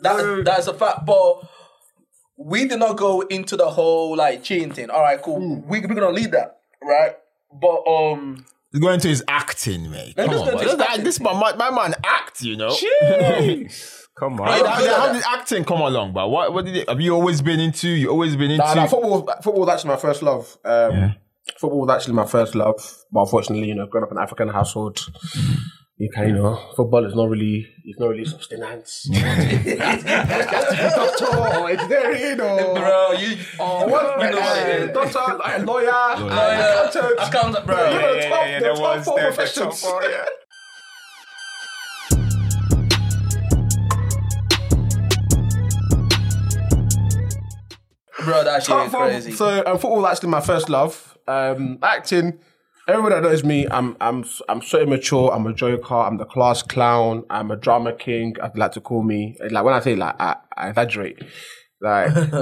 That's that's a fact. But we did not go into the whole like cheating thing. All right, cool. We we're gonna leave that, right? But um, He's going to his acting, mate. Let's Come just go on, to man. his This- acting. This man, my, my man, act. You know. Come on. I How, don't feel how that. did acting come along, but what, what did it, have you always been into? You always been into? Nah, nah, football, football was actually my first love. Um, Football was actually my first love, but unfortunately, you know, growing up in an African household, you can, you know, football is not really, it's not really sustenance. Doctor, it's there, you know. bro, you um, Oh, what? You know what it eh, is. Doctor, like a lawyer, I accountant. can't, bro. You know, the yeah, top, yeah, the there top was- four there- the professions. top four, yeah. Bro, that shit Apart is from- crazy. So um, football actually my first love. Um, acting. Everyone that knows me, I'm I'm I'm so immature. I'm a joker. I'm the class clown. I'm a drama king. I'd like to call me like when I say like I, I exaggerate, like um,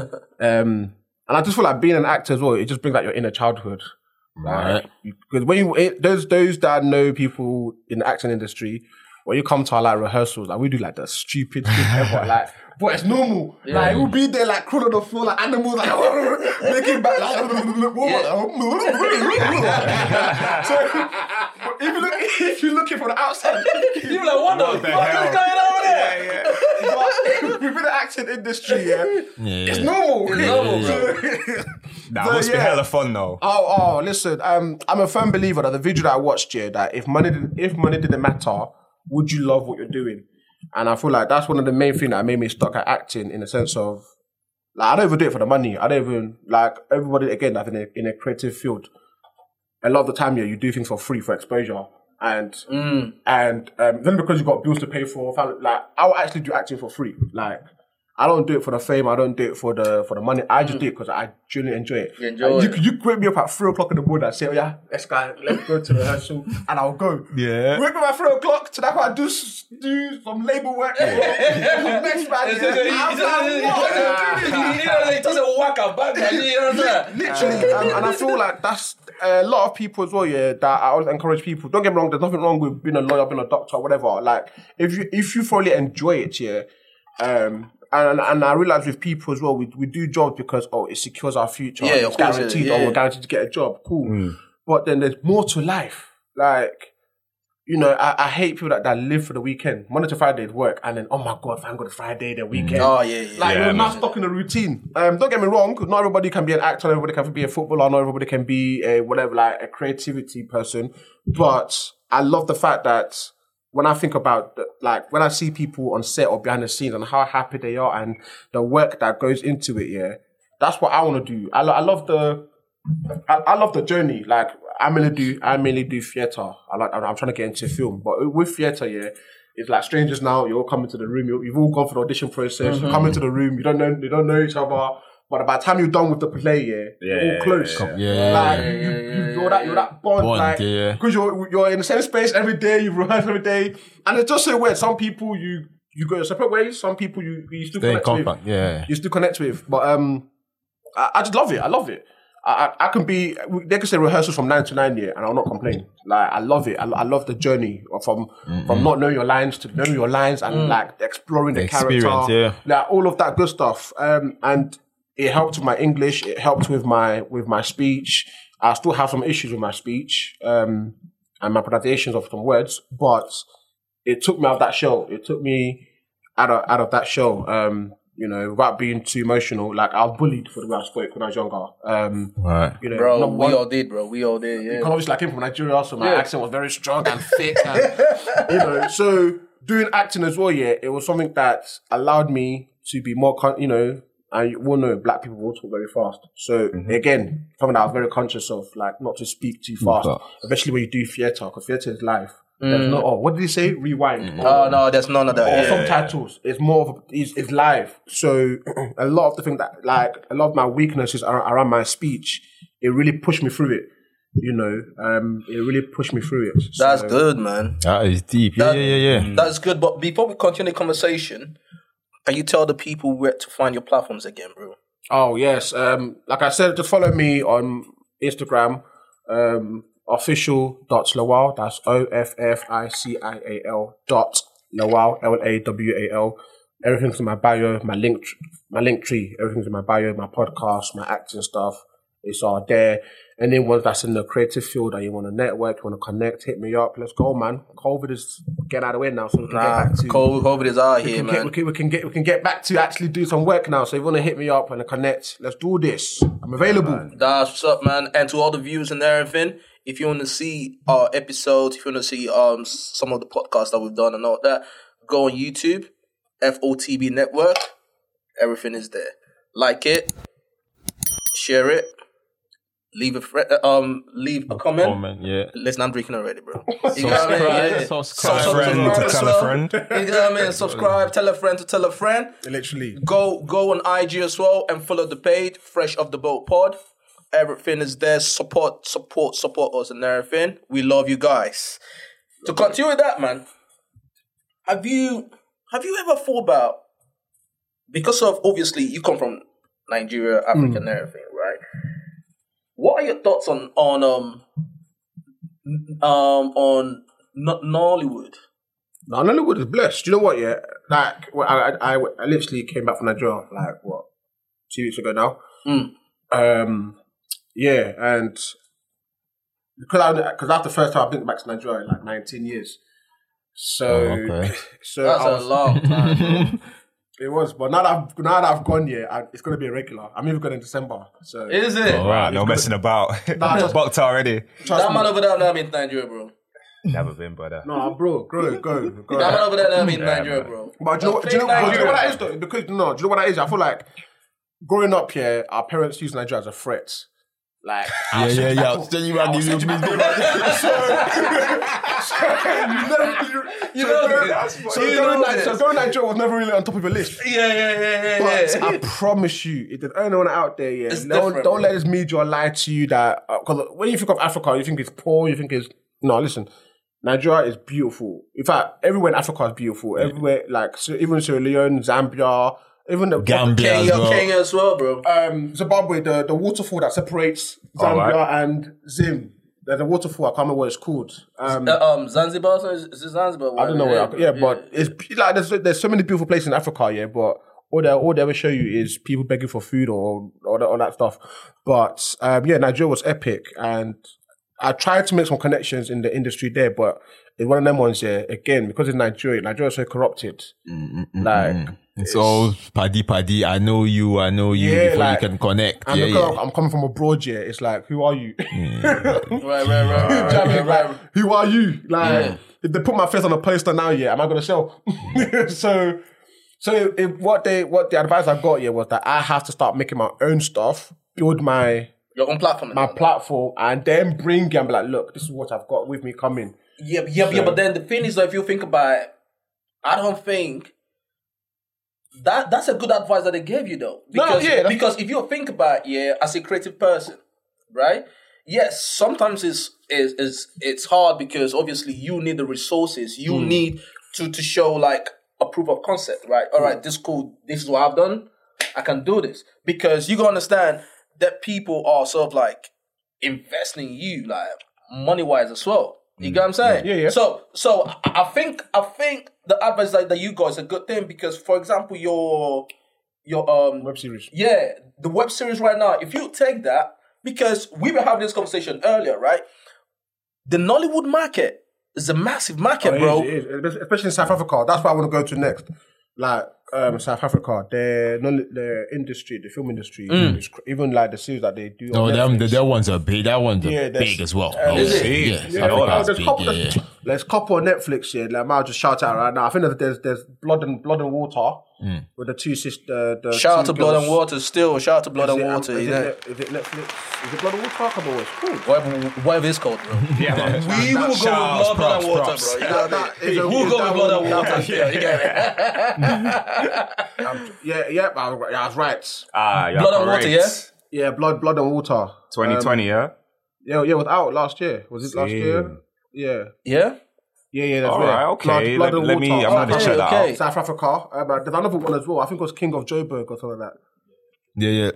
and I just feel like being an actor as well. It just brings out your inner childhood. Right. Because when you it, those those that know people in the acting industry, when you come to our like rehearsals, like we do like the stupid shit ever, like. But it's normal. Like we'll be there, like crawling on the floor, like animals, like making back, like. so if you look, if you're looking from the outside, You're like, what, the, the fuck is hell? going on there? but within the acting industry, yeah, Yeah. it's normal. It's normal, Nah, So, must be yeah. hella fun though. Oh, oh, listen. Um, I'm a firm believer that the video that I watched here, that if money, did, if money didn't matter, would you love what you're doing? And I feel like that's one of the main things that made me stuck at acting in the sense of, like, I don't even do it for the money. I don't even like everybody again that's in a in a creative field. A lot of the time, yeah, you do things for free for exposure, and Mm. and um, then because you've got bills to pay for, family, like I'll actually do acting for free. Like I don't do it for the fame. I don't do it for the for the money. I just do it because I truly enjoy it. Mm. You enjoy Like, it. You, you wake me up at three o'clock in the morning. I say, oh, yeah, let's go, let's go to rehearsal, and I'll go. Yeah. Wake me up at three o'clock. To that point, I do s- do some labor work. as well. Next man, It's just- yeah, it's I'm just- it's like, what are you just- doing? You know, it doesn't work out back, like, you know what I'm saying? Uh, Literally, um, and I feel like that's uh, a lot of people as well. Yeah, that I always encourage people. Don't get me wrong. There's nothing wrong with being a lawyer, being a doctor, whatever. Like if you if you thoroughly enjoy it, yeah. Um, and and I realize with people as well, we we do jobs because oh, it secures our future. Yeah, it's of course, guaranteed. yeah, Oh, yeah. we're guaranteed to get a job. Cool. But then there's more to life. Like you know, I, I hate people that, that live for the weekend. Monday to Friday at work, and then oh my god, thank God Friday, the weekend. Oh, yeah, yeah. Like Yeah, you're not man. stuck in a routine. Um, don't get me wrong. Not everybody can be an actor. Not everybody can be a footballer. Not everybody can be a whatever, like a creativity person. But I love the fact that when I think about the- like when I see people on set or behind the scenes and how happy they are and the work that goes into it, yeah, that's what I want to do. I, lo- I love the I, I love the journey. Like I mainly do, I mainly do theater. I like, I'm, I'm trying to get into film, but with theater, yeah, it's like strangers now. You're all coming to the room. You, you've all gone for the audition process. You come into the room. You don't know. You don't know each other. But by the time you're done with the play, yeah, you're all close. yeah, yeah. Like Yeah, yeah, you, yeah, you, you're that, you're that bond, Bond, like yeah. because you're you're in the same space every day. You rehearse every day, and it's just so weird. Some people you you go your separate ways. Some people you you still They connect with compact, yeah. you still connect with. But um, I, I just love it. I love it. I, I, I can be. They can say rehearsals from nine to nine here, and I'll not complain. Like I love it. I, I love the journey of- from from not knowing your lines to knowing your lines and like exploring the, The experience, character, yeah. like all of that good stuff. Um, and it helped with my English. It helped with my with my speech. I still have some issues with my speech um, and my pronunciations of some words, but it took me out of that show. It took me out of out of that show. Um, you know, without being too emotional. Like I was bullied for the way I spoke when I was younger. Um, Right. you know, Bro, number we one- all did, bro. We all did, yeah. because obviously I came from Nigeria, so my Yeah. accent was very strong and thick. And, you know, so doing acting as well, yeah, it was something that allowed me to be more, con- you know, and you all know black people will talk very fast. So Mm-hmm. again, something that I was very conscious of, like not to speak too fast, Okay. especially when you do theatre, because theatre is live. Mm. There's no, oh, what did he say? Rewind. Or- Oh, no, there's none of that. or Yeah. subtitles. It's more of a, it's, it's live. So a lot of the thing that like a lot of my weaknesses are around my speech. It really pushed me through it. You know, um, it really pushed me through it. So- That's good, man. That is deep. Yeah, That- yeah, yeah, yeah. That's good. But before we continue the conversation, can you tell the people where to find your platforms again, bro? Oh yes. Um, like I said, just follow me on Instagram. Um, official dot lawal. That's O F F I C I A L dot lawal L A W A L. Everything's in my bio, my link, tr- my link tree. Everything's in my bio, my podcast, my acting stuff. It's all there. And then once that's in the creative field and you want to network, you want to connect, hit me up. Let's go, man. COVID is getting out of the way now, so we can get back to COVID, COVID is out here, we can, get, we, man. can, we can get we can get back to actually do some work now. So if you want to hit me up and connect, let's do this. I'm available. That's what's up, man. And to all the viewers and everything, if you want to see our episodes, if you want to see um s- some of the podcasts that we've done and all that, go on YouTube, FOTB Network. Everything is there. Like it, share it, leave a fre- uh, um leave a comment. Comment, yeah. Listen, I'm drinking already, bro. You know what I mean? Subscribe, Yeah. subscribe. Sub- Friend subscribe to as tell a well. friend. You know what I mean? Subscribe, tell a friend to tell a friend Literally. go go on IG as well and follow the page Fresh Off the Boat Pod. Everything is there. Support, support, support us and everything. We love you guys. To continue with that, man, have you have you ever thought about because of obviously you come from Nigeria, Africa, Hmm. and everything, right? What are your thoughts on on um n- um on N- Nollywood? No, Nollywood is blessed. Do you know what? Yeah, like well, I, I, I- I literally came back from Nigeria like what two weeks ago now. Mm. Um, yeah, and because I because that's the first time I've been back to Nigeria in like 19 years. So, okay. so Oh, That's I a was, long time. bro. it was. But now that I've, now that I've gone, yeah, I, it's gonna be a regular. I'm even going in December. So Is it? Oh. All right, no messing about. Nah. Bucked already. trust That me. man over there now means Nigeria, bro. Never been, brother. No, bro, go, go, go. That man over there now means Yeah, Nigeria, man. bro. But do you, know, what- do, Fake you know, but do you know what Nigeria. that is though? Because no, do you know what that is? I feel like growing up here, our parents used Nigeria as a threat. Like, Yeah, yeah, yeah. I'll send you back these little you, You know, so, you going know Ni- this. so going Nigeria was never really on top of your list. Yeah, yeah, yeah, But yeah, yeah. I promise you, if there's anyone out there, yeah, It's don't, different, don't bro. let this media lie to you that because when you think of Africa, you think it's poor, you think it's no. Listen, Nigeria is beautiful. In fact, everywhere in Africa is beautiful. Everywhere, like so, even Sierra Leone, Zambia, even the Gambia as Kenya, well. Kenya as well, bro. um, Zimbabwe, the, the waterfall that separates Zambia and Zim. There's a waterfall. I can't remember what it's called. Um, Uh, um, Zanzibar, so is, is it Zanzibar? I don't know where. I, yeah, but it's be- like there's there's so many beautiful places in Africa. Yeah, but all they all they ever show you is people begging for food or all that, all that stuff. But um, yeah, Nigeria was epic, and I tried to make some connections in the industry there, but it's one of them ones. Yeah, again because in Nigeria, Nigeria's so corrupted. Like It's all paddy paddy. I know you. I know you. Yeah, before like- you can connect. and Yeah, because yeah. I'm coming from abroad, yeah, it's like who are you? Right, right, right, right, Do you know right, what I right, mean? Like, who are you? Like, if they put my face on a poster now, yeah, am I gonna sell? so, so it, it- what they, what the advice I got yeah was that I have to start making my own stuff, build my Your own platform. my platform, and then bring it and be like, look, this is what I've got with me coming. yeah, yeah, yeah. But then the thing is, though, if you think about it, I don't think that that's a good advice that they gave you, though. No, Because yeah, that's- because if you think about it, yeah, as a creative person, right? Yes, sometimes it's is is it's hard because obviously you need the resources. You Hmm. need to to show like a proof of concept, right? All Hmm. right, this cool. This is what I've done. I can do this because you gotta understand that people are sort of like investing in you, like money wise as well. You get what I'm saying? Mm, Yeah, yeah. So, so I- I think I think the advice that, that you got is a good thing because, for example, your your um Web series. yeah, the web series right now, if you take that, because we were having this conversation earlier, right? The Nollywood market is a massive market, bro. Oh, It is, it is. Especially in South Africa. That's where I want to go to next. Like um, South Africa, their non- their industry, the film industry, is cr- even like the series that they do. on No, Oh, them, Netflix. the, that one's a big. That one's a Yeah, that's- big as well. uh, yeah, is it? yeah, Yeah, South there's- Africa's there's, big, couple, yeah, yeah. there's, there's couple on Netflix here. Like, I'll just shout out right now. I think that there's there's blood and blood and water Mm. with the two sisters. The Shout out two to Blood girls. and Water still. Shout out to Blood Is and it- Water. Is, you it know. Net- is it Netflix? Is it blood and water? I can't remember what it's called. Whatever, whatever it's called, bro. Yeah, man. We will go with Shout outs, blood, blood and water, props, bro. You props. know what I mean? That is a- We'll is go that with blood and one- water. Yeah, you get it. Um, yeah, yeah, I was, yeah, I was right. Ah, you're Blood and water, correct. yeah? Yeah, blood, blood and water. 2020, yeah? Yeah, yeah, it was out last year. Was it last Same. year? Yeah, Yeah? yeah, yeah. That's All right. right, okay. Let- let me- I'm gonna Ah, check that out. South Africa. Um, uh, there's another one as well. I think it was King of Joburg or something like that. Yeah, yeah.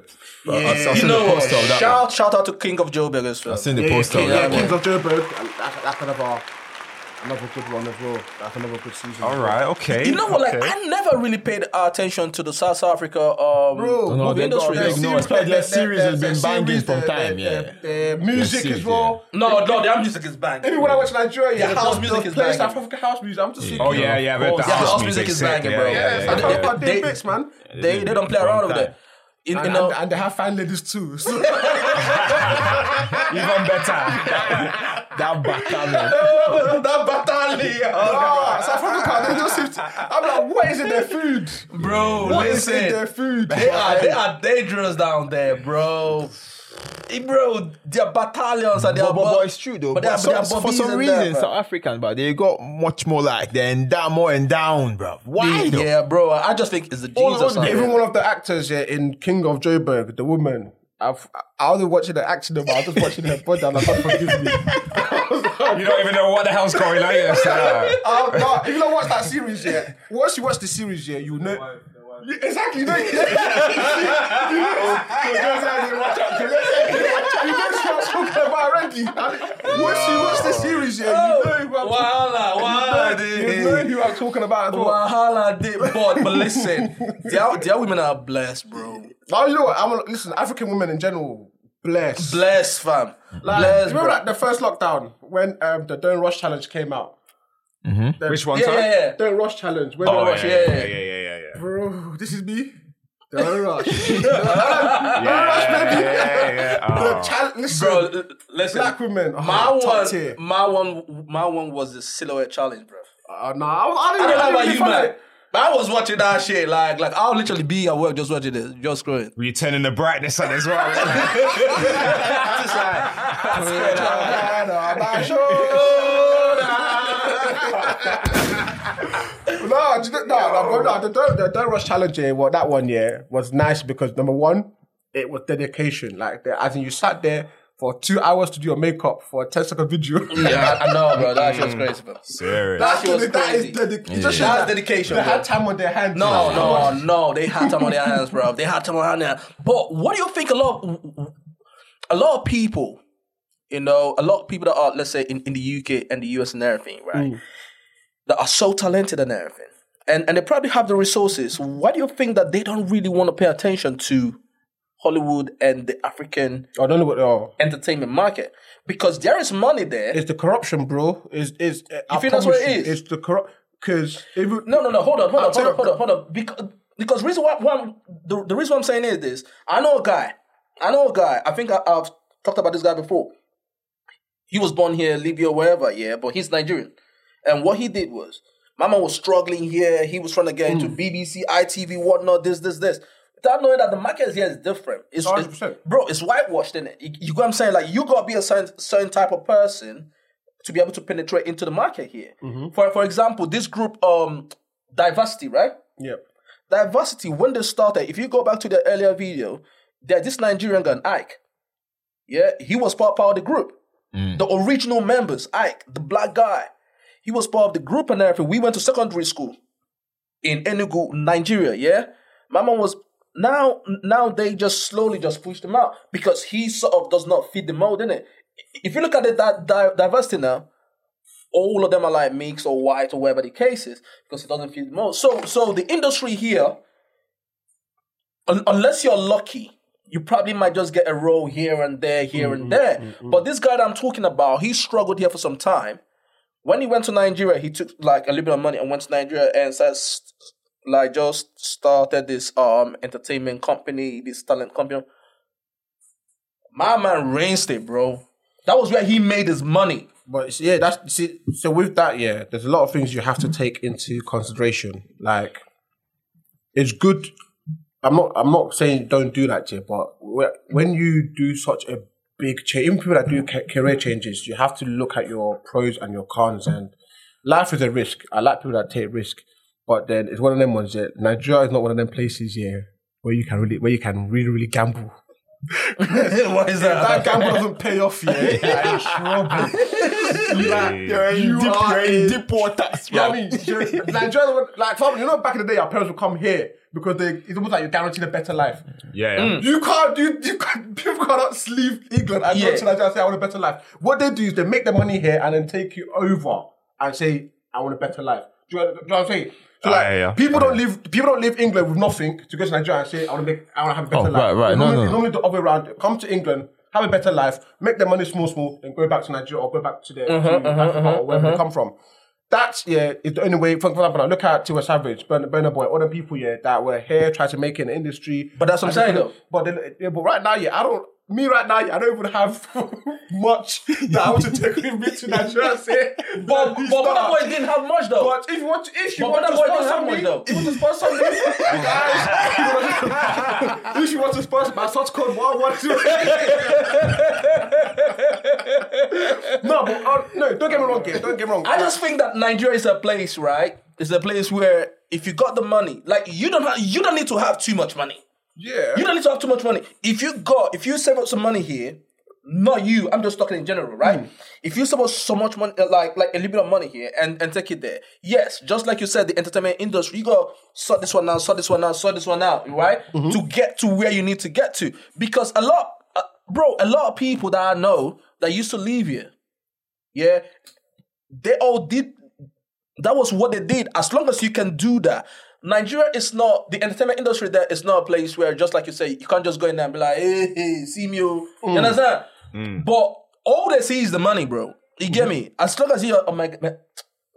I- I- I seen You the know what? poster of that Shout, shout out to King of Joe Burgers. I've seen the Yeah, poster yeah, of yeah, that Kings one. of Joburg. That's, that's another. another good one as well. That's another good season. All right, okay. You know what? Like okay. I never really paid attention to the South Africa um Bro, no, movie they industry. got- they ignore it. Like, that series has been banging uh, from time, yeah. The music series, as well. No, no, their music is bang. Even when I went to Nigeria, yeah, house the- music the is place, banging. South African house music. I'm just thinking, Oh yeah, yeah. But Yeah, the house, music is sick, banging, yeah, bro. yeah, Yeah, yeah, South yeah. Africa They- did bits, man. They they don't play around over there. You, you And, know, and, and they have fan ladies too. So Even better. that back that batali. Ah, South Africa, they just seem to, I'm like, what is in their food? bro. What is in their listen, food? they are they are dangerous down there, bro. Eh, Bro, their battalions and their But, but, bo- but it's true though. But, But, they are- they are some, for bobbies some and that, reason, bro. South Africans, but they got much more like they're in down, more and down, bro. Why though? Yeah, bro. I just think it's the genes or something. Even one of the actors yeah, in King of Joburg, the woman. I've, I wasn't watching her accident, but I was just watching her body. I'm like, God forgive me. You don't even know what the hell's going on. Here, so. Um, no, if you don't watch that series yet, once you watch the series yet, you know. Yeah, exactly, you know. You know, you know, you know, you watch out, you know, you know what I'm talking about already. And Once you watch the series yeah, you know who I'm Wahala, talking about. wahala, You know who I'm talking about as well. wahala, dip, but but listen, their, their women are blessed, bro. Oh, you know what? I'm gonna, listen, African women in general, bless. Blessed, fam. Like, blessed, remember bro. like the first lockdown when um, the Don't Rush Challenge came out? Which one? yeah, sorry? yeah, yeah. Don't Rush Challenge. When Oh, oh, yeah, yeah, yeah. yeah, yeah, yeah. Bro, this is me. Don't Rush. Don't Rush, baby. yeah, yeah. The Oh. chal- listen, Bro, l- listen. black women. Oh, My top one, tier. my one, my one was the silhouette challenge, bro. Uh, nah, I, I I didn't don't know know about you, man. But I was watching that shit, like, like I'll literally be at work just watching this, just scrolling. Were you turning the brightness on as well? Just like, No, do you know- no, no, bro, no. The don't, the don't rush challenge. eh, Well, that one, yeah, was nice because number one, it was dedication. Like, the, I think you sat there for two hours to do your makeup for a 10 second video. yeah, I, I know, bro. That shit was crazy, bro. Serious. That shit was that crazy. is dedication. That's dedication, They bro. had time on their hands. No, no, no. They had time on their hands, bro. They had time on their hands. But what do you think a lot of a lot of people, you know, a lot of people that are, let's say, in, in the UK and the US and everything, right? Mm. That are so talented and everything. And and they probably have the resources. Why do you think that they don't really want to pay attention to Hollywood and the African I don't know what they are. entertainment market? Because there is money there. It's the corruption, bro. Is is I think that's what promise it you, is? It's the corrupt because if you, No, no, no. Hold on, hold on, hold sorry. on, hold on, hold on. Because, because reason why, why I'm- the, the reason why I'm saying is this. I know a guy. I know a guy. I think I, I've talked about this guy before. He was born here, Libya, wherever. Yeah, but he's Nigerian. And what he did was, my man was struggling here. He was trying to get into BBC, ITV, whatnot. This, this, this. Without knowing that the market here is different. It's, it's 100%. bro. It's whitewashed, is it? You, you got what I'm saying? Like you gotta be a certain, certain type of person to be able to penetrate into the market here. For for example, this group um diversity, right? yeah, Diversity when they started, if you go back to the earlier video, there this Nigerian guy, Ike. Yeah, he was part, part of the group. The original members, Ike, the black guy. He was part of the group and everything. We went to secondary school in Enugu, Nigeria, yeah? My mom was now now they just slowly just pushed him out because he sort of does not fit the mold, innit? If you look at it that di- diversity now, all of them are like mixed or white or whatever the case is because it doesn't fit the mold. So so the industry here, un- unless you're lucky, you probably might just get a role here and there, here and there. But this guy that I'm talking about, he struggled here for some time. When he went to Nigeria, he took like a little bit of money and went to Nigeria and says like just started this um entertainment company, this talent company. My man rinsed it, bro. That was where he made his money. but it's- yeah, that's see, so with that, yeah, there's a lot of things you have to take into consideration. Like, it's good. I'm not. I'm not saying don't do that, yeah, but whe- when you do such a big change, even people that do ca- career changes, you have to look at your pros and your cons. And life is a risk. I like people that take risk, but then it's one of them ones. Yeah, Nigeria is not one of them places, yeah, where you can really, where you can really, really gamble. Why is that gamble doesn't pay off yet. Like, you're in trouble. Like, you're in you deep, are you're in in- deep water. You know what I mean? You're- Nigeria, would- like, fam, you know, back in the day, our parents would come here because they, it's almost like you're guaranteed a better life. yeah, yeah. Mm. You can't, you, you can't, people cannot leave England and Yeah. go to Nigeria and say, I want a better life. What they do is they make the money here and then take you over. and say, I want a better life. Do you, do you know what I'm saying? So Ah, like, yeah, yeah. people don't leave people don't leave England with nothing to go to Nigeria and say, I want to make I want to have a better Oh, life. right, right. It's No, normally, no. normally the other way around. Come to England, have a better life, make their money small, small, then go back to Nigeria or go back to their Uh-huh, to Africa or wherever they come from. That's yeah, is the only way. For example, now look at Tiwa Savage, Burner, Burner Boy, all the people yeah that were here trying to make it in the industry. But that's what I'm And saying, But then, yeah, but right now, yeah, I don't. Me right now, yeah, I don't even have much that I want to take with me to Nigeria. and Say, But, but "Please Burna start." Boy didn't have much though. But if you want to, if you But want Burna to Boy didn't sponsor have me, one, though. if you want to sponsor me, guys, if you want to sponsor my source code one one two. No, but uh, no, don't get me wrong, kid. Don't get me wrong. I just think that Nigeria is a place, right? It's a place where if you got the money, like you don't have, you don't need to have too much money. yeah. You don't need to have too much money. If you got, if you save up some money here, not you. I'm just talking in general, right? If you save up so much money, uh, like like a little bit of money here, and and take it there, yes, just like you said, the entertainment industry, you got sort this one now, sort this one now, sort this one out, right? To get to where you need to get to, because a lot, uh, bro, a lot of people that I know that used to leave here, yeah, they all did. That was what they did. As long as you can do that, Nigeria is not the entertainment industry. There is not a place where, just like you say, you can't just go in there and be like, "Hey, hey see me." oh." You understand? But all they see is the money, bro. You get me? As long as you, oh my man,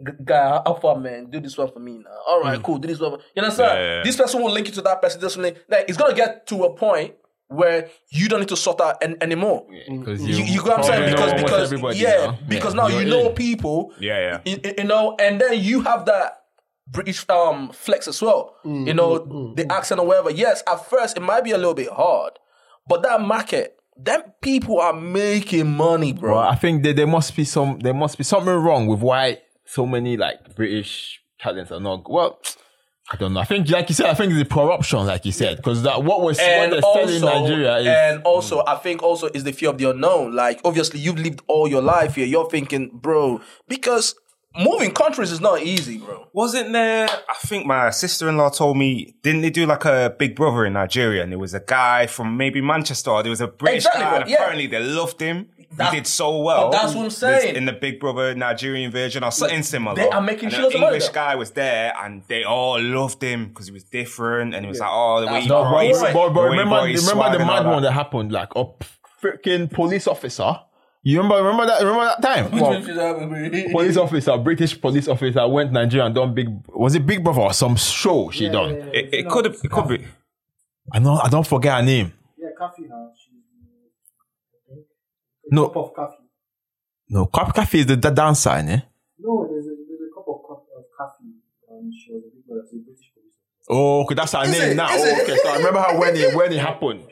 g- guy, how far, man? Do this one for me now. All right, cool. Do this one. For, you understand? yeah, yeah. This person will link you to that person. This one, link- like, it's gonna get to a point where you don't need to sort out an- anymore. Because You, you get what I'm saying? Because know because yeah, because now you know people. Yeah, You, you know, and then you have that British um flex as well. you know, the accent or whatever. Yes, at first it might be a little bit hard, but that market, them people are making money, bro. Well, I think that there must be some there must be something wrong with why so many like British talents are not well. I don't know. I think, like you said, I think it's the corruption, like you said, because that what was what and they're also, selling in Nigeria is Mm. and also, I think also is the fear of the unknown. Like, obviously, you've lived all your life here. You're thinking, bro, because moving countries is not easy, bro. Wasn't there? I think my sister in law told me, didn't they do like a Big Brother in Nigeria? And there was a guy from maybe Manchester. or There was a British Exactly, guy, and yeah. apparently they loved him. That- he did so well. but that's what I'm There's- saying. In the Big Brother Nigerian version or something similar. They are making and shitloads an of money, English though. guy was there, and they all loved him because he was different, and he was like, oh, the way he No, but- praised- but- But, the but way he remember, praised remember swag the and all mad that. one that happened, like a freaking police officer. You remember, remember that, remember that time. Well, police officer, British police officer, went Nigeria and done big. Was it Big Brother or some show she done? It, it could it could be. I know, I don't forget her name. Yeah, Kafi now. She's a No. cup of coffee. No, Cop Cafe is the, the dancer, eh? No, there's a, there's a cup of, co- of coffee. Um, she was a big brother, she's a British police. Oh, okay, that's her name it? now. Is Oh, it? Uh. okay, so I remember her when it when it happened.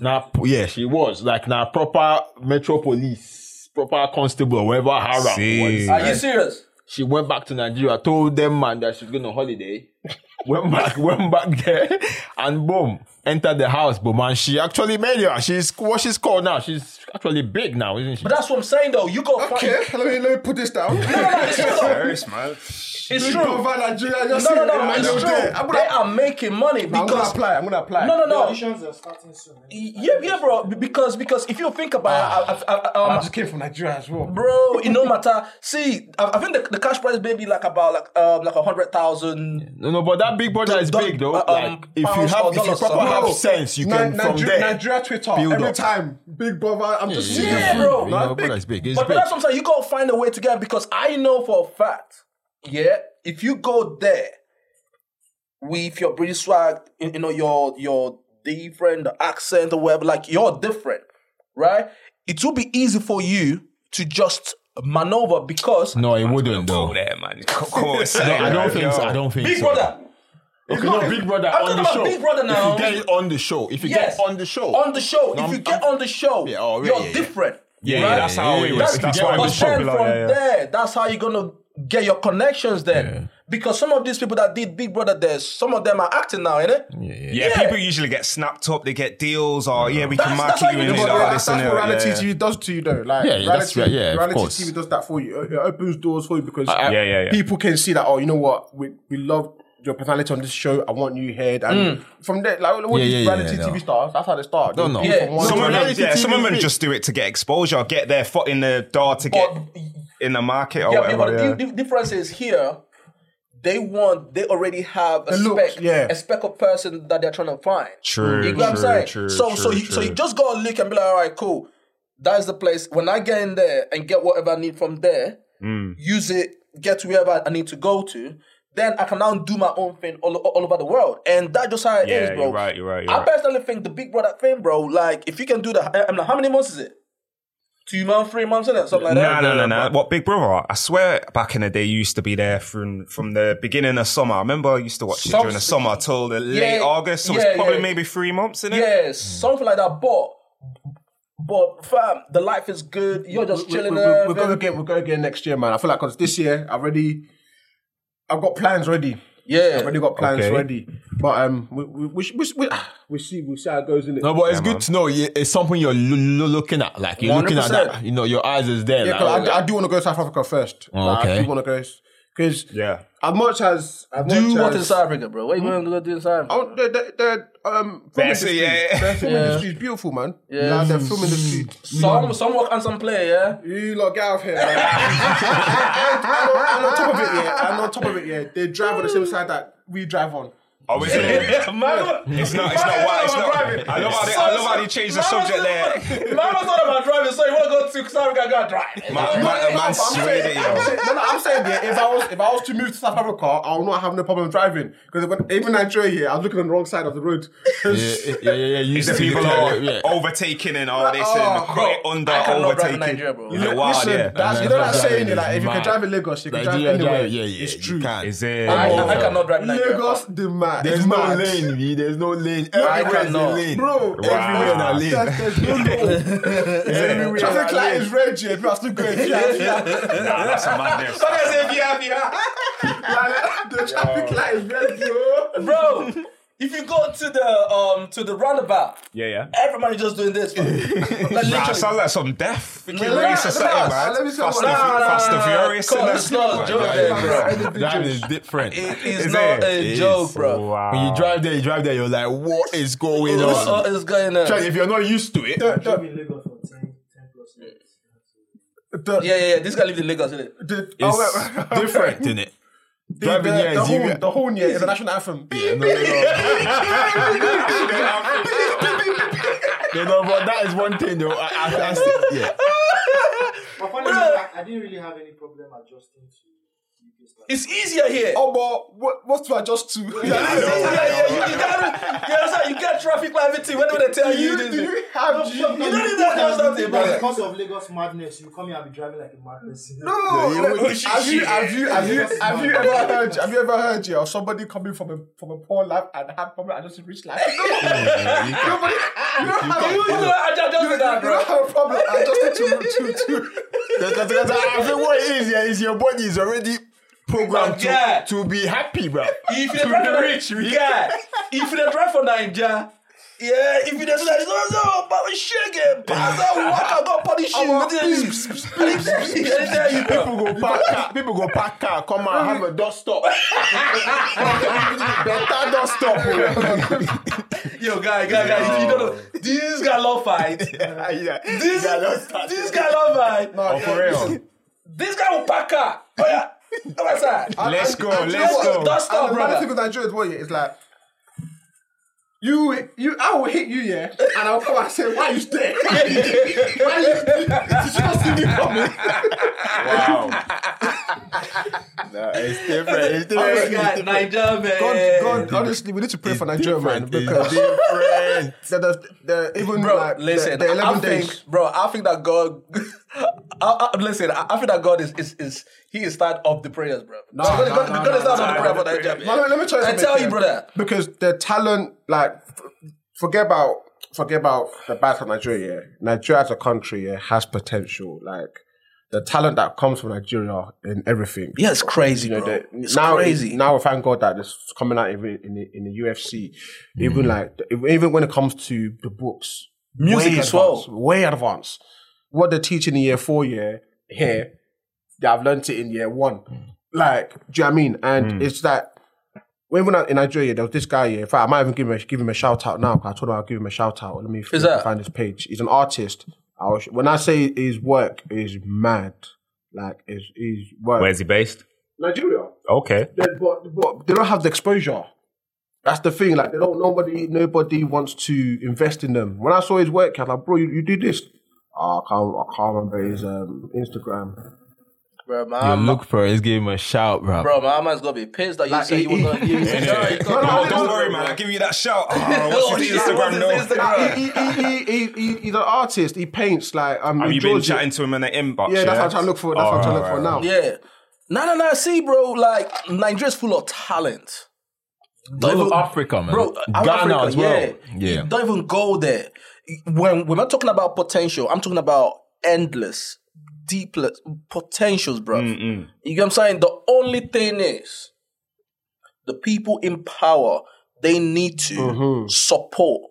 now, p- yeah, she was like now proper metro police, proper constable, or whatever. Her See. rank was. Are you serious? she went back to Nigeria, told them man that she's going on holiday, went back, went back there, and boom, entered the house, boom, and she actually made it. She's what she's called now. She's actually big now, isn't she? But that's what I'm saying, though. You got Okay, let me let me put this down. Serious, man. It's Go true. over Nigeria, just No, see no, it, no, man. it's They'll true. do it. I'm they gonna, are making money I'm gonna because apply. I'm gonna apply. no, no, The no. auditions are starting soon. eh? Yeah, yeah, bro. b- Because because if you think about it, I, I, I, I um, Ah. just came from Nigeria as well. bro, it no matter. See, I, I think the, the cash prize maybe like about like um like a hundred thousand. no, no, but that big brother is Don't- big though. uh, um, like, if you pounds have, or if you dollars, proper sir. have sense, you Ni- can from Nigeria, there. Nigeria Twitter build every up. time. Big brother, I'm just seeing Yeah, the bro. food. You know, Like, brother is big. It's But big. that's what I'm saying. You gotta find a way to get because I know for a fact. Yeah, if you go there with your British swag, you you know your your different accent or whatever, like you're different, right? It will be easy for you to just maneuver because no, it wouldn't Go though. there, man. Come come on, No, say I it, don't man. think so. I don't think Big so. Brother. Okay, no, Big Brother I'm on talking the about show. Big Brother now. If you get it on the show, if you Yes. get on the show, On the show. No, if you I'm- get on the show, Yeah, oh, yeah, you're yeah, yeah. different. yeah, right? that's how if it was. you That's get why on it the was But show. then popular, from yeah, yeah. there, that's how you're gonna get your connections then. Because some of these people that did Big Brother there, some of them are acting now, innit? Yeah, Yeah, Yeah. people usually get snapped up. They get deals, or yeah, we That's- can that's market how you you in do all it. But that- this that's and what that. reality yeah. TV does to you, though. Like, Yeah, yeah, that's reality, right, yeah, of reality course. TV does that for you. It it opens doors for you because yeah, yeah, yeah. people can see that. Oh, you know what? We we love your personality on this show. I want you here, and Mm. from there, like all Yeah, these yeah, yeah, reality yeah, TV no. stars, that's how they start. No, no. Yeah. yeah, Some No, of them, reality yeah, TV some of them is big. just do it to get exposure, get their foot in the door to get. But in the market or Yeah, whatever. but Oh, yeah. the, the difference is here, they want, they already have a The spec, looks, yeah. a spec of person that they're trying to find. True, You get what I'm true, saying? true, so, so, true, you, so true. you just go and look and be like, all right, cool. That's the place. When I get in there and get whatever I need from there, Mm. use it, get to wherever I need to go to. Then I can now do my own thing all, all over the world, and that just how it is, Yeah, bro. you're right, you're right, you're I right. personally think the Big Brother thing, bro. Like, if you can do that, I- I'm like, how many months is it? Two months, three months, innit? something like No, that. no, no, no. What Big Brother? I swear, back in the day, you used to be there from from the beginning of summer. I remember I used to watch it during the Some- summer till the late Yeah, August. So yeah, it's probably yeah. maybe three months, isn't it? Yes, something like that. But, but fam, the life is good. You're just we, chilling we, there. we're going again. We're going again next year, man. I feel like 'cause this year I've already, I've got plans ready. I've yeah, already got plans Okay. ready. But um, we we we, sh- we, sh- we, ah, we see we see how it goes in it. No, but it's good to know yeah, it's something you're lo- lo- looking at. Like you're looking at 100%. that. You know, your eyes is there. yeah, like, 'cause oh, I, I do want to go to South Africa first. Like, I okay. do want to go because Yeah. as much as as do much what in as, South Africa, bro? What you going to go do in South Africa? Oh, the the, the um, film That's industry, it, yeah. the film Yeah. industry is beautiful, man. Yeah. Mm. like, the film industry. Some, some work and some play, yeah. You lot get out of here. man. and, and on top of it, yeah, and on top of it, yeah, they drive on the same side that we drive on. Oh, is it? It's not. It's not. Why? It's not. I love how they. I love how they changed the subject there. Mama's not about driving, so you want to go to South Africa, go and drive. Man, man, man swayed it, I'm yo. saying, no, no, I'm saying yeah, if I was if I was to move to South Africa, I would not have no problem driving because even Nigeria here, I was looking on the wrong side of the road. yeah, yeah, yeah, yeah. You The see people colour, yeah. are overtaking and all this and Oh, quite under I cannot drive in overtaking. Nigeria, bro. Yeah, wild, Listen, yeah. that's, you know that saying, yeah, like if you can drive in Lagos, you can drive Nigeria, anywhere. yeah, yeah, it's you true. can. Is it? I, Oh. I cannot drive in Nigeria. Lagos, the mad. There's it's no mad. lane, V. There's no lane. Everywhere is a cannot. lane. Bro, Everywhere in a lane. There's, there's no law. Everywhere. Traffic light is red, yeah. People are still going. Yeah, yeah. Nah, that's a madness. Like, the traffic light is red, bro. Bro, if you go to the um to the roundabout, Yeah, yeah. everybody just doing this. man. like, Nah, literally. it sounds like some death freaking Nah, nah, race or something, nah, man. let me tell you Fast what- and nah, Fu- nah, Fast and nah, Furious. come and on, that. it's not a joke, Right, eh, bro. right. Driving is different. It is, Is not it? a It joke, is. bro. Wow. When you drive there, you drive there, you're like, what is going What's all on? this going uh, on? If you're not used to it, I've been in Lagos for 10, 10 plus years. The, Yeah, yeah, yeah. This guy lives in Lagos, isn't it? the, oh, wait, it's different, isn't it? Driving the, here the, is horn, even. the horn, yeah, is the national anthem. Yeah, no, no, no. No, no, but that is one thing though. I, I, I, yeah. But funny enough, I, I didn't really have any problem adjusting to UK style. It's easier here. Oh, but what, what to adjust to? It's easier here. You, you gotta, you understand? You get traffic liability whenever they tell Do you. you, this- do you have? Do you, You don't need that kind of stuff, But bro. because of Lagos madness, you come here and be driving like a mad person. No, Yeah, you- no, have you have you have you have you ever heard have you ever heard yeah, of somebody coming from a from a poor life and had problem and just a rich life? No, nobody. You don't have. You know, I just You do that, you bro. don't have a problem. I just need to, to, to. That's- that's- that's- I think what it is, yeah, is your body is already programmed But yeah. to, to be happy, bro. If you drive for rich, yeah. If you drive for Nigeria, yeah. If you just like, no, no, but we shake it. Pass that water, go punish you. Our Please, please, please, please. People go park car. People go park car. Come on, have a dust stop. Better dust stop. bro. Yo, guy, guy, guy. If you don't know, this guy love fight. yeah. This, Yeah, dust stop. this guy love fight. No, Oh, for real. This guy will pack car. Oh yeah, come outside. Let's go. and- Let's let's go. go. Dust up, And the brother. other thing with Nigeria is what yeah, it's like. You, you, I will hit you, yeah, and I'll come and say, "Why you stay? Why you stay? Did you not see me coming?" Wow. Nah, it's different. It's Oh different. God, Nigeria, man. God, God, honestly, we need to pray for Nigeria, man, Different. It's because different. the, the, the, even Bro, like listen. the, the I eleven days. think, bro, I think that God. I, I, listen, I, I think that God is is is he is start of the prayers, bro. No, God, no, God, no, God is no, start of the no, prayer no, for that job. No, no, let me tell you. I something, tell you, yeah. brother. Because the talent, like, f- forget about forget about the bad of Nigeria. yeah. Nigeria as a country yeah, has potential. Like the talent that comes from Nigeria in everything. Yeah, it's crazy, You know, bro. the- It's now, crazy. now, thank God that it's coming out even in the, in the UFC. Mm. Even like, even when it comes to the books, Music way as well. advanced, way advanced. What they're teaching in year four, year here, they have learnt it in year one. Mm. Like, do you know what I mean? And it's that when we were in Nigeria, there was this guy here. In fact, I might even give him a, give him a shout out now. 'cause I told him I'll give him a shout out. Let me Who's that? find his page. He's an artist. I was, when I say his work is mad, Like, is is well, Where's he based? Nigeria. Okay. They, but, but they don't have the exposure. That's the thing. Like, they don't. Nobody, nobody wants to invest in them. When I saw his work, I was like, bro, you, you did this. Oh, I can't. I can't remember his um, Instagram. Bro, You my look for it. Let's give him a shout, bro. bro, my man's gonna be pissed that you Like, said he was he- gonna give you some Yeah. shit. No, no, Oh, don't worry, man. I'll give you that shout. Oh, what's his Instagram, Ah. no? Like, he, he, he, he, he, he's an artist. He paints like um. Have in you been Georgia. chatting to Oh, him in the inbox? Yeah, that's what I'm trying to look for. That's what I'm trying to look for now. Yeah. No, no, no. See, bro, like Nigeria's full of talent. Don't All of even- Africa, man. Bro, Ghana I'm Africa, as well. Yeah. Yeah. You don't even go there. When we're not talking about potential, I'm talking about endless, deepless potentials, bro. Mm, You get what I'm saying? The only thing is the people in power, they need to Mm-hmm. support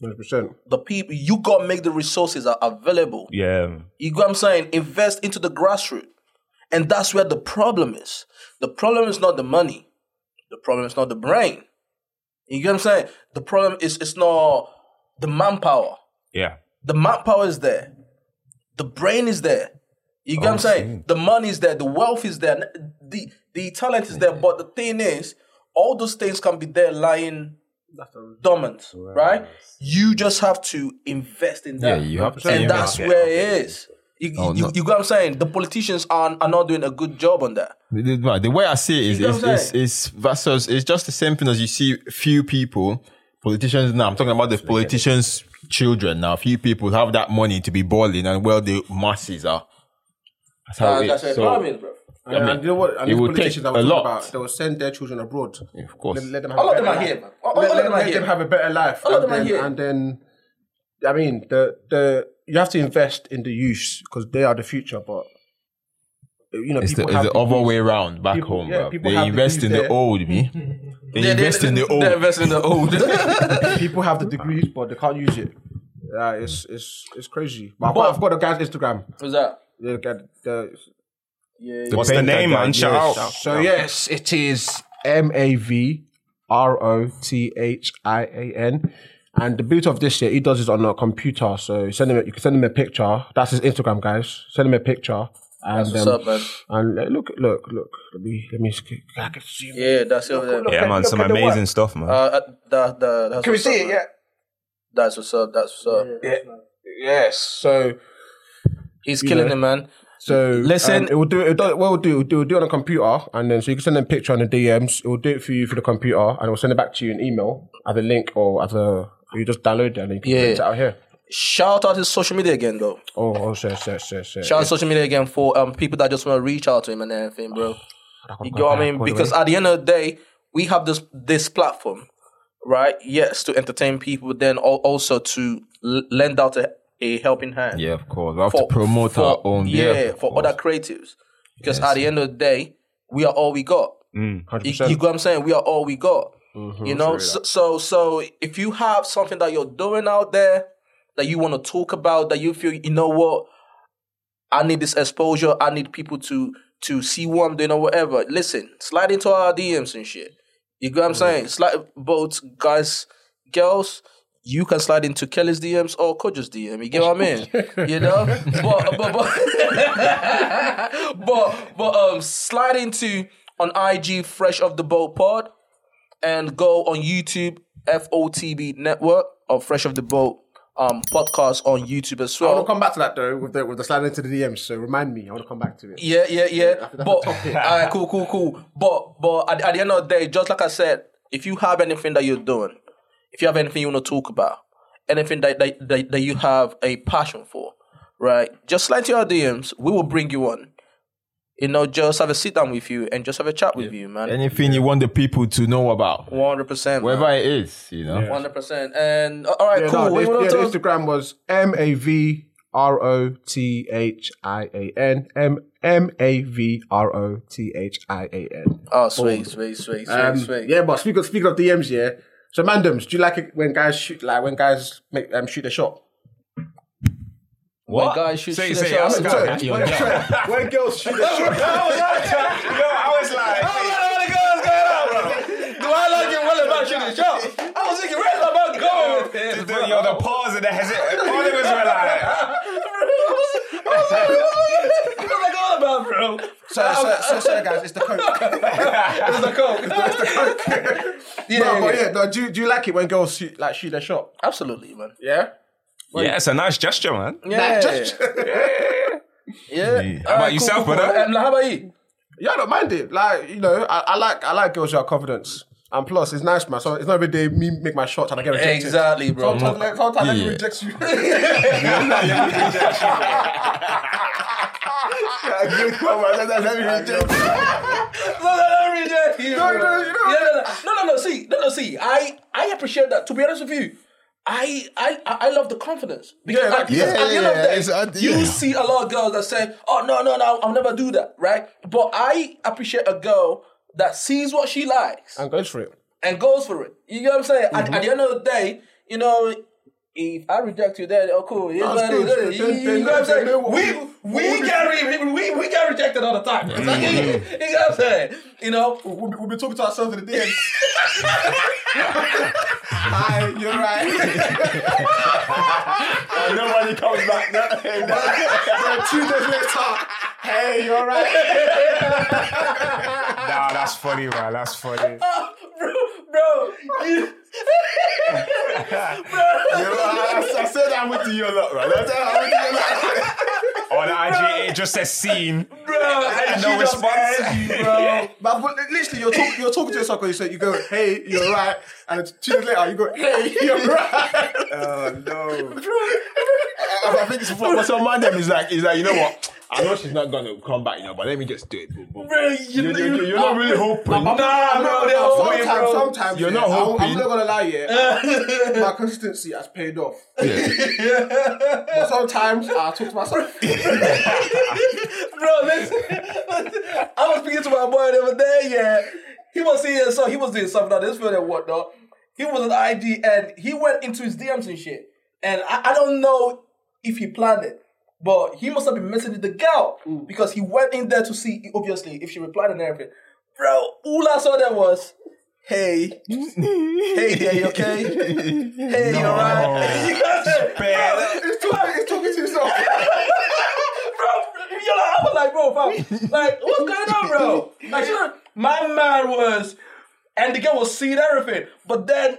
Hundred percent. the people. You gotta make the resources are available. Yeah. You get what I'm saying? Invest into the grassroots. And that's where the problem is. The problem is not the money. The problem is not the brain. You get what I'm saying? The problem is it's not the manpower. Yeah. The manpower is there. The brain is there. You get what I'm saying? The money is there. The wealth is there. The the talent is there. But the thing is, all those things can be there lying dormant, right? You just have to invest in that. Yeah, you have to And invest. that's where it is. You, Oh, you, no. you get what I'm saying? The politicians are, are not doing a good job on that. The- The no, the way I see it is, You know is, what I'm is, saying? is versus, it's just the same thing as you see few people, politicians now, I'm talking about the politicians' children now, few people have that money to be balling and where the masses are. That's how Uh, it that's is. where the Oh, So, problem is, bro. And, mean, and you know what? it And these will politicians take that we're a talking lot. about, they will send their children abroad. of course. Let, let them have A lot of a them better are life. here, man. A- a Let, lot of let- them are let here. them have a better life. A lot of and them are then, here. And then, I mean, the the you have to invest in the youth because they are the future. But you know, It's the, people it's have the other way around back people- home, yeah, bruv. people They have the invest youth in the there. old, me. They invest in the old. They invest in the old. people have the degrees, but they can't use it. Yeah, it's it's it's crazy. But, I've But- got- I've got a guy's Instagram. What's that? The guy- the- What's the painter name, guy, man? Shout yeah, out. so yes, it is M A V R O T H I A N. And the beauty of this year, he does this on a computer. So send him, a- you can send him a picture. That's his Instagram, guys. Send him a picture. And, What's um, up, man? and uh, look, look, look. Let me, let me. sk- I can zoom. Yeah, that's it. over there. Yeah, man. Look Some at the amazing work. stuff, man. Uh, uh, that, that, that's Can we what's see up, it? man. Yeah. That's what's up. That's what's up. Yes. So, He's killing know. it, man. so Listen- um, it will do. It does, what it'll do, it'll do, it'll do it on a computer, and then so you can send them a picture on the DMs. It will do it for you through the computer, and it will send it back to you in email as a link or as a. You just download it and you can Yeah. print it out here. Shout out his social media again, though. Oh, oh, shit, shit, shit, shit. Shout out social media again for um people that just want to reach out to him and everything, bro. You get what I mean? Because at the end of the day, we have this this platform, right? Yes, to entertain people, but then al- also to l- lend out a, a helping hand. Yeah, of course. We have to promote for- our own. Yeah, yeah of for course. other creatives. Because at the end of the day, we are all we got. You, you 100%. get what I'm saying? We are all we got. You know, so, so so if you have something that you're doing out there that you want to talk about, that you feel, you know what, I need this exposure, I need people to to see what I'm doing or whatever. Listen, slide into our DMs and shit. You get what I'm saying? Slide both guys, girls. You can slide into Kelly's DMs or Kojo's DM. You get what I mean? you know, but but but but, but um, slide into on IG Fresh of the Boat Pod and go on YouTube FOTB Network or Fresh of the Boat um podcast on YouTube as I well. want to come back to that though with the with the slide into the DMs. So remind me. I want to come back to it. Yeah, yeah, yeah. that's But the topic. alright, cool, cool, cool. But but at, at the end of the day, just like I said, if you have anything that you're doing, if you have anything you want to talk about, anything that that, that, that you have a passion for, right? Just slide to our DMs. We will bring you on. You know, just have a sit down with you and just have a chat with you, man. Anything you want the people to know about, One hundred percent. wherever it is, you know. One hundred percent. And all right, Yeah, cool. no, What the, you wanna yeah, the talk- Instagram was M A V R O T H I A N M M A V R O T H I A N. Oh, sweet, sweet, sweet, sweet, Um, sweet. yeah, but speaking of, speaking of DMs, yeah. So, Mandems, do you like it when guys shoot like when guys make um, shoot a shot? What? My guy shoots. Say, shoots say, a shot. ask her. Sorry, when, when girls shoot a shot, Yo, I was like, Do I like it well about shooting shot? I was thinking right about going with him. the- yo, the pause and the hesitation. All of us were like, I was like, I was like, I was like, I was like, So, so, so, sorry, guys, it's the coke. it's the coke. It's the coke. yeah, no, but yeah, no, do, you- do you like it when girls shoot, like shoot their shot? Absolutely, man. Yeah. Yeah, it's a nice gesture, man. Yeah, Just, yeah. How about yourself, brother? Um, like, how about you? yeah, I don't mind it. Like you know, I, I like I like girls who have confidence, and plus it's nice, man. So it's not every day me make my shots and I get rejected. Exactly, bro. Sometimes, like, sometimes let me Yeah. reject you. No, no, no, reject you. No, no, no, yeah, you know- no, no, no, no, no. See, no, no, see. I, I appreciate that. To be honest with you, I, I, I love the confidence because Yeah, I- like- because yeah, at the end yeah, of the day, it's- uh, you yeah. see a lot of girls that say, "Oh no, no, no, I'll never do that," right? But I appreciate a girl that sees what she likes and goes for it. and goes for it. You know what I'm saying? At, Mm-hmm. at the end of the day, you know, if I reject you, then oh cool, it's That's what it good. is. Then- You, then- you know what I'm then- then saying? what- We we what- get re- we we get rejected all the time. Mm-hmm. you know what I'm saying? You know, We'll be, we'll be talking to ourselves in the DM. Hi, you're right. Nobody comes back. Two days later, hey, you're right. Nah, that's funny, man. That's funny. bro, bro, you- I said I'm with you a lot, right? I said I'm with you a lot. On IG, Oh, it just says scene. bro, And no response. But, but literally, you're, talk, you're talking to yourself because you say, you go, hey, you're right. And two days later, you go, hey, you're right. Oh, no. I think it's for, for some man them is like is like you know what I know she's not gonna come back you know but let me just do it. Boom, boom. bro, You, you, you, you, are not really hoping. nah, bro, they're all sometimes, bro. sometimes, You're yeah, not I'm- I'm hoping. not gonna lie, yeah. my consistency has paid off. But sometimes I talk to myself. bro, listen. I was speaking to my boy the other day, yeah. He was seeing so he was doing something on this field and whatnot. He was on IG and he went into his DMs and shit. And I, I don't know if he planned it, but he must have been messaging the girl because he went in there to see obviously if she replied and everything. Bro, all I saw there was, hey, hey, there, you okay? Hey, you alright? You got that? Bro, It's talking, it's talking to yourself. bro, you're like, I was like, bro, fam, like, what's going on, bro? Like, you know, my man was, and the girl was seeing everything, but then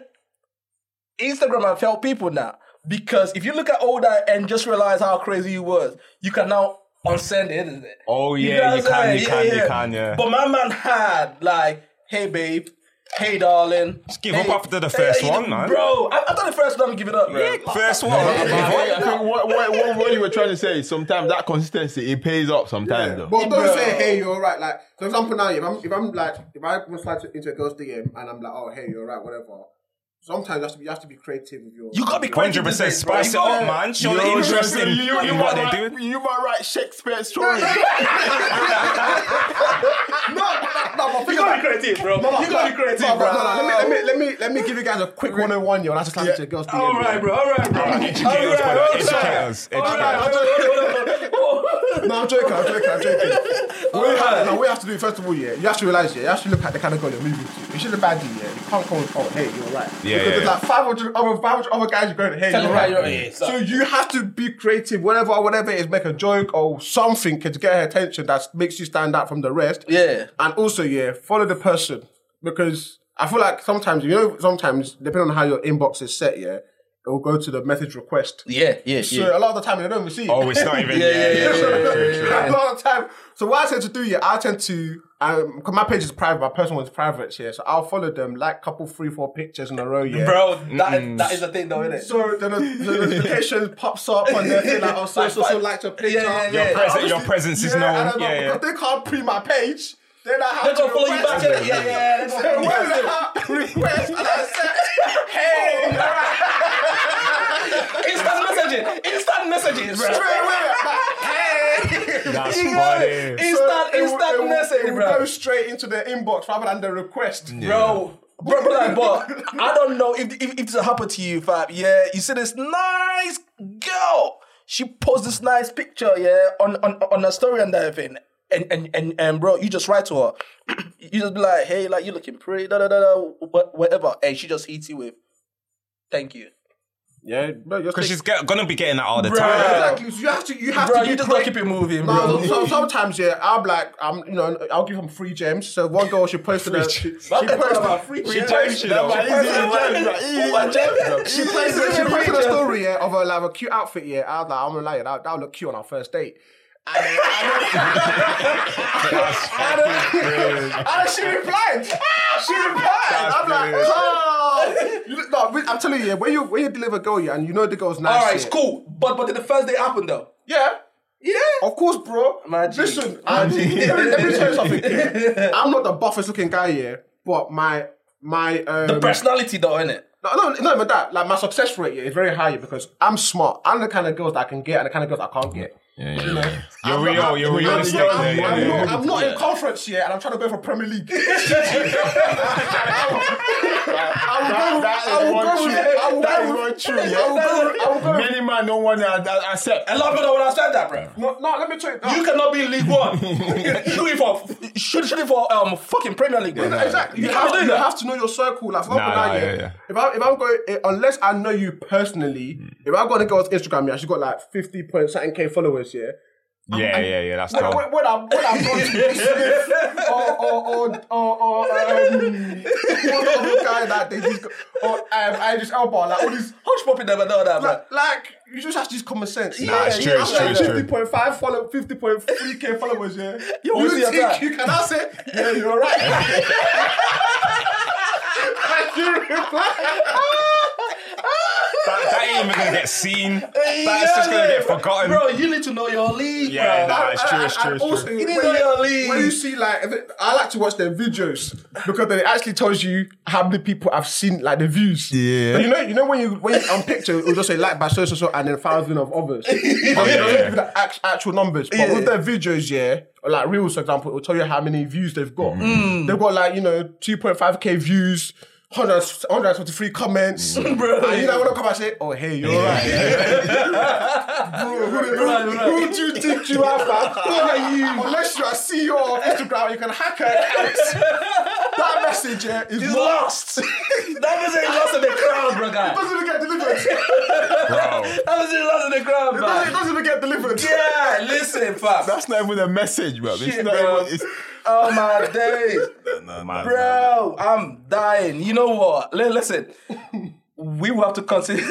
Instagram have helped people now because if you look at all that and just realize how crazy you was, you can now unsend it, isn't it? Oh, yeah, know what you I'm can, you saying? can, you can, yeah. But my man had like, hey, babe. Hey darling, just give up after the first one, man. Bro, I- after the first one, I'm giving up, bro. First one. I think what, what, what, what you were trying to say is sometimes that consistency it pays off sometimes though. But don't say, hey, you're right. Like, for example, now, if I'm, if I'm like, if I reply to, into a girl's DM and I'm like, oh, hey, you're right, whatever. Sometimes you have to be, you have to be creative with your. You gotta be creative. 100% today, bro. spice it You gotta- up, man. Show the interest in, you, you, in what might they're write- doing. you might write Shakespeare's story. no, no, no, but think about it. creative, bro. You gotta be creative, No, bro. no, no, let me, let me, let me, let me give you guys a quick one on one, yo. That's just like to a girl's DM. All right, bro. All right, bro. All right, Educate all us, brother. right. Educate us. All Educate right, hold us. on, hold on, hold on. No, I'm joking. I'm joking. I'm joking. What you have, no, what you have to do first of all, yeah, you have to realize, yeah, you have to look at the kind of girl you're moving to. You should have baddie, yeah. You can't come with, oh, hey, you're right. Yeah, because yeah, there's yeah. like 500 other, 500 other guys you're going, hey, Tell you're him right. how you're- yeah, So so- you have to be creative, whatever, whatever it is, make a joke or something to get her attention that makes you stand out from the rest. Yeah. And also, yeah, follow the person because I feel like sometimes, you know, sometimes depending on how your inbox is set, yeah, it will go to the message request. Yeah, yeah, So a lot of the time they don't receive. Oh, it's not even. Yeah, yeah, yeah, yeah, true, yeah, true, yeah, true. yeah. a lot of time. So what I tend to do, yeah, I tend to um, 'cause my page is private, my personal one's private, yeah. So I'll follow them like couple, three, four pictures in a row, yeah. Bro, that Mm. is, that is the thing, though, isn't it? So the, the notification pops up on their thing like, oh, so so so liked your picture. Yeah, yeah, Your, yeah. present, your Obviously- presence Yeah, is and known. I'm like, Yeah, yeah. because they can't pre my page. Then I have They're to gonna follow you back. request Yeah, yeah, yeah. So they're when gonna follow you back. I request and I said, hey, Instant messaging. Instant messages, bro. straight away, like, That's You got it. Instant, So it funny. will- it instant will- message, it will bro. Go straight into their inbox rather than the request. Bro. Bro, bro, like, but I don't know if if, if this happened to you, fam. Yeah, you see this nice girl. She posts this nice picture, yeah, on on on her story and everything. And and and and bro, you just write to her. you just be like, hey, like you looking pretty, da da da da, wha- whatever. And she just hits you with, thank you. Yeah, no, you're Because taking- she's get, gonna be getting that all the Bruh. time. exactly. So you have to, you have Bro, to. you be just gotta great. keep it moving, No, bro. so- sometimes yeah, I'm like, I'm you know, I'll give them free gems. So one girl she posted a she, she posted free Free gems, you know. she posted, she posted a story yeah, of a like a cute outfit. Yeah, I was like, I'm gonna lie, that that'll look cute on our first date. And then, and then- and then she replied. Ah, She replied. I'm like, That's oh. You- No, I'm telling you, yeah, when you when you deliver a girl, yeah, and you know the girl's nice. All right, it's yeah, cool. But but did the first day happen though? Yeah. Yeah. Of course, bro. My G. Listen, I, let, me, let me tell you something. yeah. I'm not the buffest looking guy here, but my my um, The personality though, innit? no, no, no, but that like my success rate yeah, is very high yeah, because I'm smart. I'm the kind of girls that I can get and the kind of girls I can't get. You're real. You're real. I'm, estate not, I'm, there, yeah, I'm yeah. not, I'm not in conference here, and I'm trying to go for Premier League. I will go with- I will That go is with- not true. I will go with- I will go with- Many man don't want to accept. A lot of people don't understand that, bro. No, no, let me tell you. no. You cannot be in League One. shooting for shoot, shooting for um fucking Premier League. bro. Exactly. You, You have, can't do you that. have to know your circle. Like, for example, Nah, nah, nah, yeah, yeah, yeah. Hmm. If, I, if I'm going, eh, unless I know you personally, if I go on a girl's Instagram, yeah, she's got like 50 point something K followers, yeah. Yeah, yeah, yeah. That's When, dope. when, when I'm, when I'm going to Will Smith or, or, or, or, or, um, what other guy that they just, go- or um, I just elbow, like all these, Hush puppy never know that, bro. like, like, you just have to use common sense. Nah, it's true, it's I'm true, like it's true. 50.5 follow, 50.3k followers, yeah. You always see a guy. think you can answer? Yeah, you're right. That, that ain't even gonna get seen. That's just gonna get um, forgotten. Bro, you need to know your league, Yeah, bro. nah, it's true, it's true, And it's true. also, You need when to know you- your league. When you see like, if it- I like to watch their videos because then it actually tells you how many people have seen like the views. Yeah. But you know, you know when you when you, on picture it'll just say like by so so so and then thousand of others. But it doesn't give you the act- actual numbers. But with their videos, yeah, or like reels for example, it'll tell you how many views they've got. Mm. They've got like you know two point five k views. 100 123 comments. Bro. And you know, when I come and say, oh, hey, you're right. Bro, who, Right, who- right. who do you think you are, fam? Who are you? Unless you're a CEO of Instagram, you can hack her account. That message yeah, is He's not- lost. that was ain't lost in the crowd, bro. guy. It doesn't even get delivered. bro. That was ain't lost in the crowd, It doesn't, it man. doesn't even get delivered. Yeah, listen, fam. That's not even a message, bro. Shit, it's not bro. even. It's, Oh my days. Bro, I'm dying. You know what? Li- Listen, we will have to consider.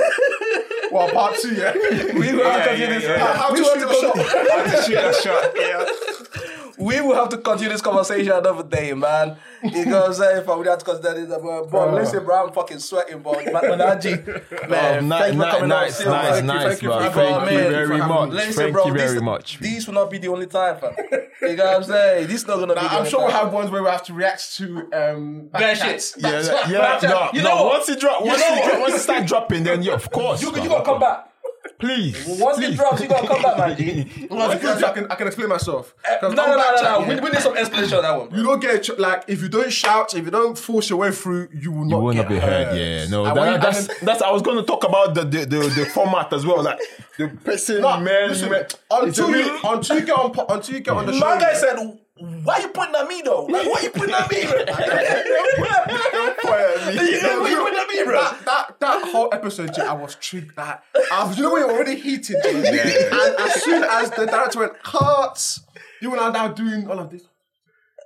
Well, part two, yeah. we will have to yeah, continue this. yeah, yeah. How we to will shoot have to the con- shot. Shoot that shot. Yeah. we will have to continue this conversation another day, man. You know what I'm saying? But we have to consider this. Bro, bro listen, bro, I'm fucking sweating, bro. Man, man, Oh, Aji, man ni- thank you ni- for coming nice, out. nice, Thank you, nice, thank you, bro. for- Thank bro, you man. very much. Listen, Thank bro, you very this, much. This will not be the only time, fam. You know what I'm saying? This is not gonna be. The I'm only sure we'll time. have ones where we have to react to um, Bad backchats. shit. yeah, Back- yeah, back- no, you no. know what? Once it drop, once, know it drop, what? once it start dropping, then yeah, of course. You, man. you gotta come back. please. Once please. it drops, you gotta come back, man. Well, because I can, I can explain myself. 'Cause No, on Uh, no, no, no, backchat, no. We, yeah, we need some explanation on that one. You Bro. don't get a ch- like if you don't shout, if you don't force your way through, you will not, You will get not be heard. heard. Yeah, no. I That, want you- that's I that's. I was going to talk about the the, the, the format as well, like the person, No, man, listen, man. It's a until real- you until you get on po- until you get on the show. My guy yeah. said, "Why you pointing at me though? Like, why you pointing at me?" Bro? Don't point at me. You know, why you pointing at me, bro? That, that that whole episode, yeah, I was triggered. That I was, you know, when you're already heated, yeah, and as soon as the director went cut, you and I now doing all of this.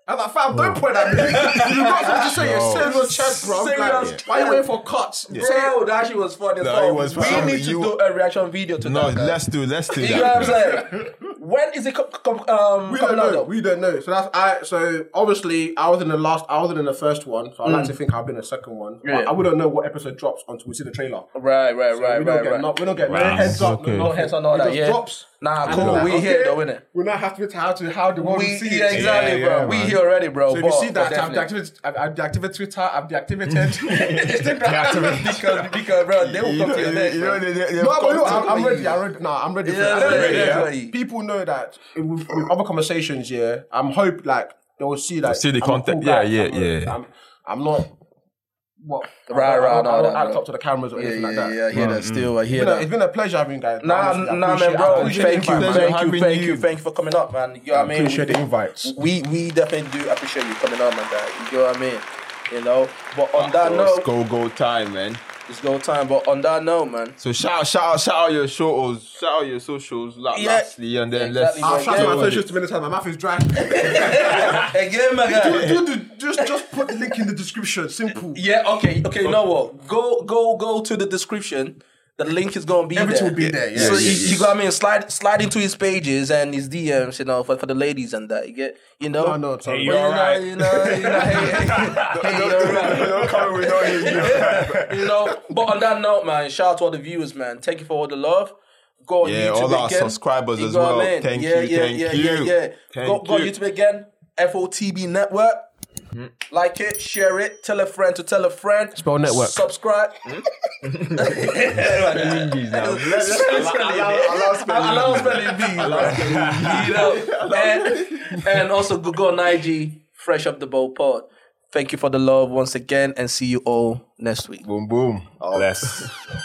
I'm like, fam, don't point at me. You got something to say. No. Say it on your chest, bro. Say it on- Like, why are you waiting for cuts? Say Bro, it. "Oh, that shit was funny. as No, fuck. it was funny. We need to You- do a reaction video to No, that. guy. let's do let's do You know what I'm that. saying? When is it co- co- um, We coming don't out? know. Though? We don't know. So that's I. So obviously, I was in the last. I wasn't in the first one. So I like to think I've been in the second one. But Yeah. I wouldn't know what episode drops until we see the trailer. right, right, right, we don't right, get right. no, we don't get no Wow. heads up. Okay. no No heads on all It that. just Yeah. drops. Nah, We're cool. like, we here okay, though, innit? We're not happy to how to how the world We will see yeah, it. exactly, Yeah, bro. yeah, we man. here already, bro. So if you But see that, I've definitely. deactivated, I've, I've deactivated Twitter, I've deactivated Instagram. because because bro, they will You come know, to your you- neck. you know, bro. they- they- they've No, but come look, to- I'm, I'm ready. I'm ready. No, I'm ready for Yeah, it. I'm yeah, ready, yeah, yeah. yeah. People know that with, with other conversations, yeah. I'm hope like they'll see that. see the I'm a content. guy. Yeah, yeah, I'm a- yeah. I'm, I'm not what Right, I don't- right, I don't, no, I don't no, act no. up to the cameras or Yeah, anything like yeah, that. yeah. I hear that still. I hear It's been a- that. it's been a pleasure having you guys. Nah, honestly. nah, I man, appreciate- I bro. appreciate Thank the you, invite, man. thank you, having thank you. you, thank you for coming up, man. You know what I mean? Appreciate the invites. We we definitely do appreciate you coming on, man. Guy. You know what I mean? You know. But on that Let's note, go go time, man. It's go time. But on that note, man. So shout out, shout out, shout out your shows, shout out your socials la- Yeah. lastly, and then Yeah, let's. exactly. I've I'll tried shout to out my socials too many times. My mouth is dry. Again, my guy. Dude, dude, just just put the link in the description. Simple. Yeah, okay, okay, you know what? Go go go to the description. The link is gonna be Everything there. will be there. Yeah. so yeah, you, yeah. you got me slide slide into his pages and his DMs, you know, for, for the ladies and that. You get you know No, no, sorry. Hey, But yo. you know, alright. you know, you know, hey, hey, hey, you're right. Don't come with all his- you know. But on that note, man, shout out to all the viewers, man. Thank you for all the love. Go on Yeah, YouTube all our again. subscribers You as know what I well. mean? Thank yeah, you, yeah, thank yeah, you. yeah, yeah. go, Thank go on you. YouTube again. FOTB Network. Like it, share it, tell a friend to tell a friend. Spell network. Subscribe. Please now. Let- let's- Allow spelling bee. You know, and, and also Google on IG, Fresh Up the Bowl Pod. Thank you for the love once again, and see you all next week. Boom boom. Bless.